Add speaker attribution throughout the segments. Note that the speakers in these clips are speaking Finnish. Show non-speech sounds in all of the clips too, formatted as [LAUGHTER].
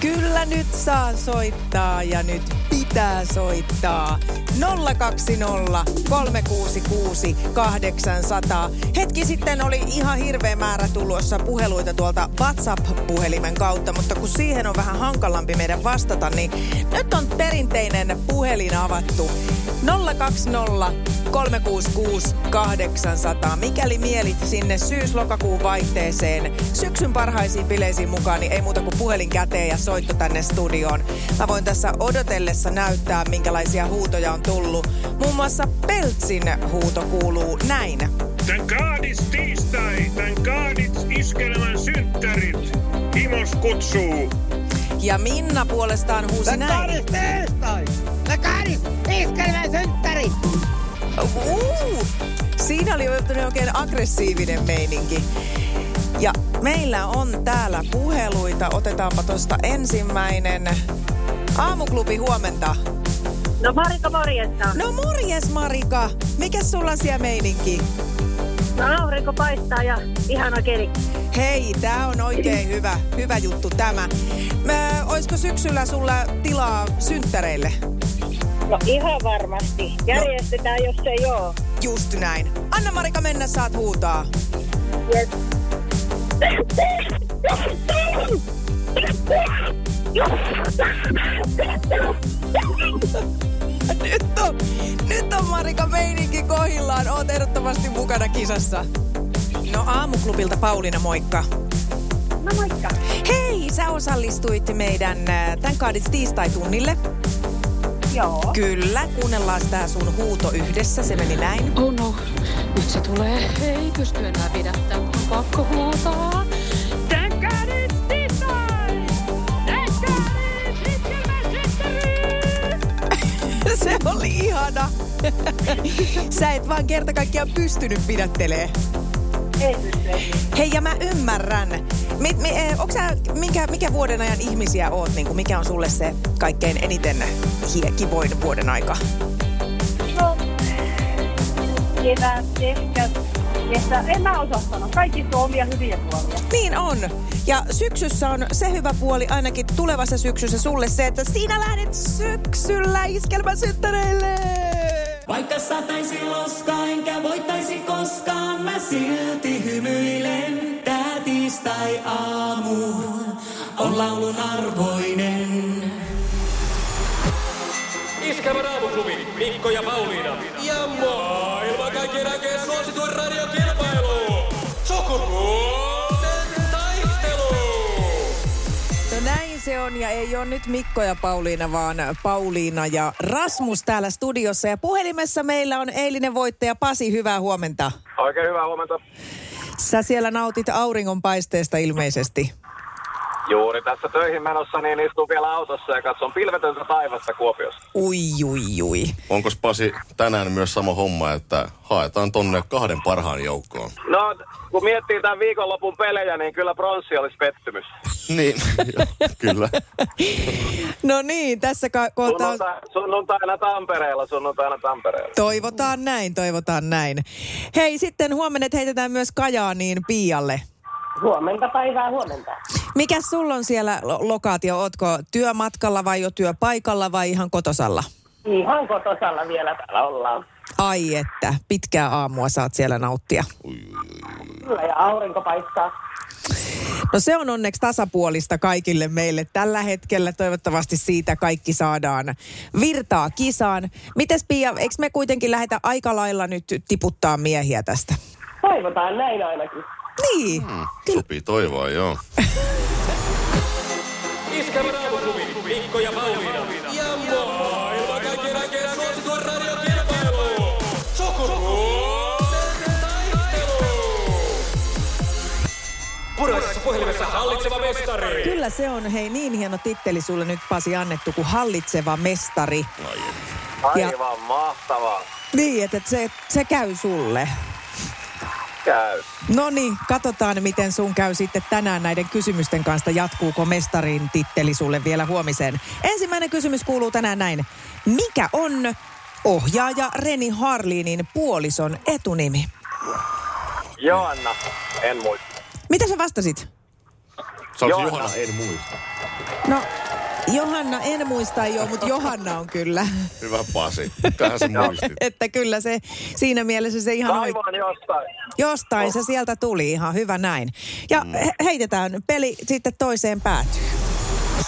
Speaker 1: Kyllä nyt saa soittaa ja nyt pitää soittaa. 020 366 800. Hetki sitten oli ihan hirveä määrä tulossa puheluita tuolta WhatsApp-puhelimen kautta, mutta kun siihen on vähän hankalampi meidän vastata, niin nyt on perinteinen puhelin avattu. 020 366 800. Mikäli mielit sinne syys-lokakuun vaihteeseen syksyn parhaisiin bileisiin mukaan, niin ei muuta kuin puhelin käteen ja soitto tänne studioon. Mä voin tässä odotellessa näyttää, minkälaisia huutoja on tullut. Muun muassa Peltsin huuto kuuluu näin.
Speaker 2: Tän kaadis tiistai, tän kaadis iskelmän synttärit. Himos kutsuu.
Speaker 1: Ja Minna puolestaan huusi
Speaker 3: Tän
Speaker 1: näin.
Speaker 3: kahdis tiistai! Tän kahdis iskelmän synttärit!
Speaker 1: Uh, siinä oli jo oikein aggressiivinen meininki. Ja meillä on täällä puheluita. Otetaanpa tosta ensimmäinen. Aamuklubi huomenta.
Speaker 4: No Marika, morjesta.
Speaker 1: No morjes Marika. Mikä sulla on siellä meininki?
Speaker 4: No aurinko paistaa ja ihana keli.
Speaker 1: Hei, tää on oikein hyvä, hyvä juttu tämä. Mä, oisko syksyllä sulla tilaa synttäreille?
Speaker 4: No ihan varmasti. Järjestetään, jos ei oo.
Speaker 1: Just näin. Anna Marika mennä, saat huutaa.
Speaker 4: Yes.
Speaker 1: Nyt on, nyt on Marika meininki kohillaan. Oot ehdottomasti mukana kisassa. No aamuklubilta Pauliina, moikka.
Speaker 4: No moikka.
Speaker 1: Hei, sä osallistuit meidän tämän kaadits tiistai-tunnille.
Speaker 4: Joo.
Speaker 1: Kyllä, kuunnellaan tää sun huuto yhdessä. Se meni näin.
Speaker 5: Oh no, nyt se tulee. Ei pysty enää pidättämään, on pakko huutaa. Tänkää nyt tiistai! Tänkää nyt iskelmän synttäriin!
Speaker 1: [LAUGHS] Se oli ihana. [LAUGHS] Sä et vaan kerta kaikkiaan pystynyt pidättelee.
Speaker 4: Ei pysty, ei pysty.
Speaker 1: Hei, ja mä ymmärrän. Mi, mi, eh, onks sä, minkä, mikä vuoden ajan ihmisiä oot? Niin kuin mikä on sulle se kaikkein eniten hie, kivoin vuoden aika?
Speaker 4: No. Kevät, keskä, kesä. En mä osaa sanoa. Kaikista on omia hyviä puolia.
Speaker 1: Niin on. Ja syksyssä on se hyvä puoli, ainakin tulevassa syksyssä sulle se, että sinä lähdet syksyllä iskelmäsynttäreille.
Speaker 6: Vaikka sataisi loskaa, enkä voittaisi koskaan, mä silti hymyilen. Tää tiistai aamu on laulun arvoinen.
Speaker 7: Iskävä raamuklubi, Mikko ja Pauliina. Ja maailman kaikkien aikeen suosituen radiokilpailu. Sukupuolten taistelu.
Speaker 1: No näin se on ja ei ole nyt Mikko ja Pauliina, vaan Pauliina ja Rasmus täällä studiossa. Ja puhelimessa meillä on eilinen voittaja Pasi, hyvää huomenta.
Speaker 7: Oikein hyvää huomenta.
Speaker 1: Sä siellä nautit auringonpaisteesta ilmeisesti.
Speaker 7: Juuri tässä töihin menossa, niin istun vielä autossa ja katson pilvetöntä taivasta Kuopiossa.
Speaker 1: Ui, ui, ui.
Speaker 8: Onko Pasi tänään myös sama homma, että haetaan tonne kahden parhaan joukkoon?
Speaker 7: No, kun miettii tämän viikonlopun pelejä, niin kyllä pronssi olisi pettymys.
Speaker 8: Niin, joo, kyllä.
Speaker 1: No niin, tässä ka- kohtaa on...
Speaker 7: Sunnuntai, sunnuntaina Tampereella, sunnuntaina Tampereella.
Speaker 1: Toivotaan näin, toivotaan näin. Hei, sitten huomenet heitetään myös niin Kajaaniin Pialle.
Speaker 4: Huomenta päivää, huomenta.
Speaker 1: Mikä sulla on siellä lo- lokaatio? Ootko työmatkalla vai jo työpaikalla vai ihan kotosalla?
Speaker 4: Ihan kotosalla vielä täällä ollaan.
Speaker 1: Ai että, pitkää aamua saat siellä nauttia.
Speaker 4: Kyllä ja aurinko paistaa.
Speaker 1: No se on onneksi tasapuolista kaikille meille tällä hetkellä. Toivottavasti siitä kaikki saadaan virtaa kisaan. Mites Pia, eikö me kuitenkin lähetä aika lailla nyt tiputtaa miehiä tästä?
Speaker 4: Toivotaan näin ainakin.
Speaker 1: Niin.
Speaker 8: Sopii toivoa, joo.
Speaker 7: Iskävä raamuklubi, Mikko ja Pauliina. Ja maailman kaikkien aikeen suosituen radiokilpailu. Sukupuolten taistelu. puhelimessa hallitseva mestari.
Speaker 1: Kyllä se on, hei niin hieno titteli sulle nyt Pasi annettu kuin hallitseva mestari.
Speaker 9: Aivan mahtavaa.
Speaker 1: Niin, että se, se käy sulle.
Speaker 9: Käy.
Speaker 1: No niin, katsotaan miten sun käy sitten tänään näiden kysymysten kanssa. Jatkuuko mestarin titteli sulle vielä huomiseen? Ensimmäinen kysymys kuuluu tänään näin. Mikä on ohjaaja Reni Harlinin puolison etunimi?
Speaker 9: Joanna, en muista.
Speaker 1: Mitä sä vastasit?
Speaker 8: Se olisi Johanna. en muista.
Speaker 1: No, Johanna en muista ei ole, mutta Johanna on kyllä.
Speaker 8: Hyvä Pasi.
Speaker 1: [LAUGHS]
Speaker 8: Tähän sä muistit.
Speaker 1: Että kyllä se, siinä mielessä se ihan oikein.
Speaker 9: Aivan jostain.
Speaker 1: Jostain se sieltä tuli, ihan hyvä näin. Ja he- heitetään peli sitten toiseen päätyyn.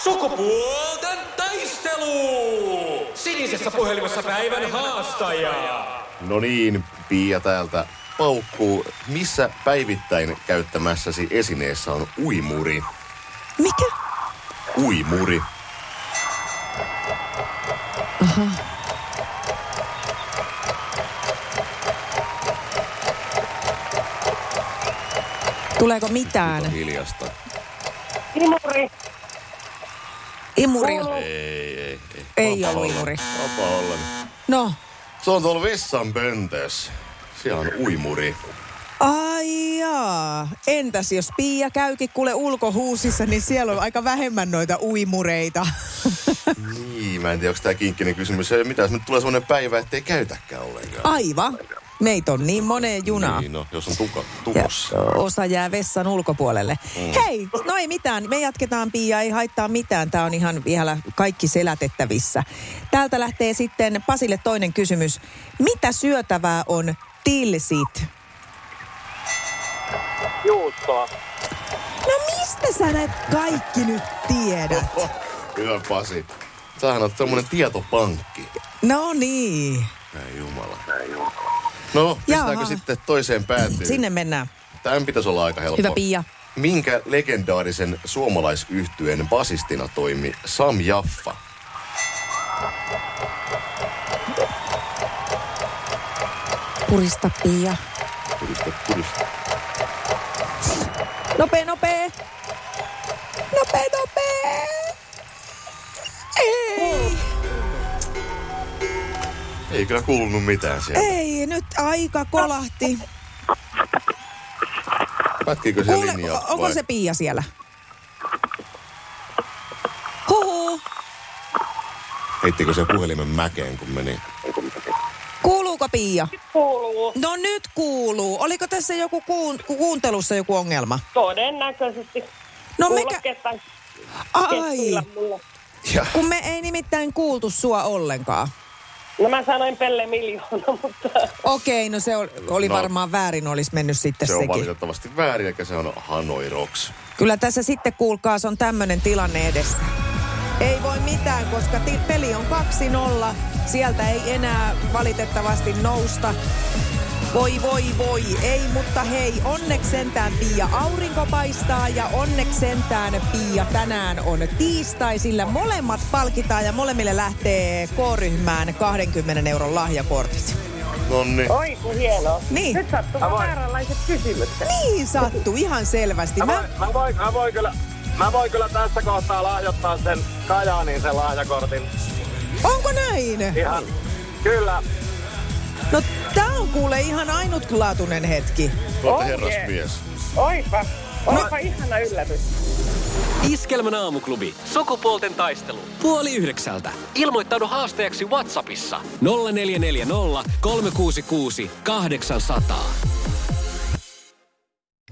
Speaker 7: Sukupuolten taistelu! Sinisessä puhelimessa päivän haastaja.
Speaker 8: No niin, Pia täältä paukkuu. Missä päivittäin käyttämässäsi esineessä on uimuri?
Speaker 1: Mikä?
Speaker 8: Uimuri.
Speaker 1: Tuleeko
Speaker 8: Nyt on
Speaker 1: mitään?
Speaker 8: hiljasta.
Speaker 4: Imuri.
Speaker 1: Imuri.
Speaker 8: Ei, ei, ei.
Speaker 1: Ei
Speaker 8: Vapaa
Speaker 1: ollut
Speaker 8: olla.
Speaker 1: imuri.
Speaker 8: Vapaa olla.
Speaker 1: No,
Speaker 8: Se on tuolla vessan pöntössä. Siellä on uimuri.
Speaker 1: ai jaa. Entäs jos Pia käykin kuule ulkohuusissa, niin siellä on aika vähemmän noita uimureita. [LAUGHS]
Speaker 8: Niin, mä en tiedä, onko tämä kinkkinen kysymys. Ei Mitä jos nyt tulee semmoinen päivä, ettei käytäkään ollenkaan?
Speaker 1: Aiva. Meitä on niin moneen junaan.
Speaker 8: Niin, no, jos on tuka,
Speaker 1: Ja
Speaker 8: tukossa.
Speaker 1: osa jää vessan ulkopuolelle. Mm. Hei, no ei mitään. Me jatketaan, Pia. Ei haittaa mitään. Tämä on ihan vielä kaikki selätettävissä. Täältä lähtee sitten Pasille toinen kysymys. Mitä syötävää on tilsit?
Speaker 9: Juustoa.
Speaker 1: No mistä sä näet kaikki nyt tiedät?
Speaker 8: Oho, Hyvä Pasi. Sähän on tämmönen tietopankki.
Speaker 1: No niin.
Speaker 8: Ei jumala. Ei jumala. No, pistetäänkö
Speaker 1: Jaha.
Speaker 8: sitten toiseen päätyyn?
Speaker 1: Sinne mennään.
Speaker 8: Tämän pitäisi olla aika helppo.
Speaker 1: Hyvä Pia.
Speaker 8: Minkä legendaarisen suomalaisyhtyeen basistina toimi Sam Jaffa?
Speaker 1: Purista Pia.
Speaker 8: Purista, purista.
Speaker 1: Nopee, nopee. Nopee, nopee. Ei.
Speaker 8: Ei kyllä kuulunut mitään siellä.
Speaker 1: Ei, nyt aika kolahti.
Speaker 8: Pätkikö se
Speaker 1: Kuule,
Speaker 8: linja
Speaker 1: onko
Speaker 8: vai?
Speaker 1: se Pia siellä? Huhu,
Speaker 8: Heittikö se puhelimen mäkeen, kun meni?
Speaker 1: kuuluuko Pia?
Speaker 4: Kuuluu.
Speaker 1: No nyt kuuluu. Oliko tässä joku kuun, ku- kuuntelussa joku ongelma?
Speaker 4: Todennäköisesti.
Speaker 1: No
Speaker 4: Kuulla
Speaker 1: mikä-
Speaker 4: ketään-
Speaker 1: Ai,
Speaker 4: kettuilla muu.
Speaker 8: Ja
Speaker 1: kun me ei nimittäin kuultu sua ollenkaan.
Speaker 4: No mä sanoin pelle miljoona, [LAUGHS] mutta
Speaker 1: Okei, no se oli, oli
Speaker 8: No.
Speaker 1: no, varmaan väärin, olisi mennyt sitten
Speaker 8: se on
Speaker 1: sekin.
Speaker 8: valitettavasti väärin, eikä se on Hanoi Rocks.
Speaker 1: Kyllä tässä sitten kuulkaa, se on tämmöinen tilanne edessä. Ei voi mitään, koska ti- peli on 2-0. Sieltä ei enää valitettavasti nousta. Voi, voi, voi. Ei, mutta hei, onneksi sentään Pia aurinko paistaa ja onneksi sentään Pia tänään on tiistai, sillä molemmat palkitaan ja molemmille lähtee K-ryhmään 20 euron lahjakortit.
Speaker 8: Nonni.
Speaker 4: oi kun hienoa.
Speaker 1: Niin.
Speaker 4: Nyt sattuu vaan vääränlaiset kysymykset.
Speaker 1: Niin sattuu ihan selvästi.
Speaker 9: Mä,
Speaker 1: Mä,
Speaker 9: voin- mä, voin, mä, voin kyllä, mä voin kyllä tässä kohtaa lahjoittaa sen Kajaaniin sen lahjakortin.
Speaker 1: onko näin?
Speaker 9: Ihan. Kyllä.
Speaker 1: No tää on kuule ihan ainutlaatuinen hetki.
Speaker 8: Olette herrasmies.
Speaker 4: Oipa. Oipa ihana yllätys.
Speaker 7: Iskelmän aamuklubi. Sukupuolten taistelu. Puoli yhdeksältä. Ilmoittaudu haastajaksi Whatsappissa. 0440 366 800.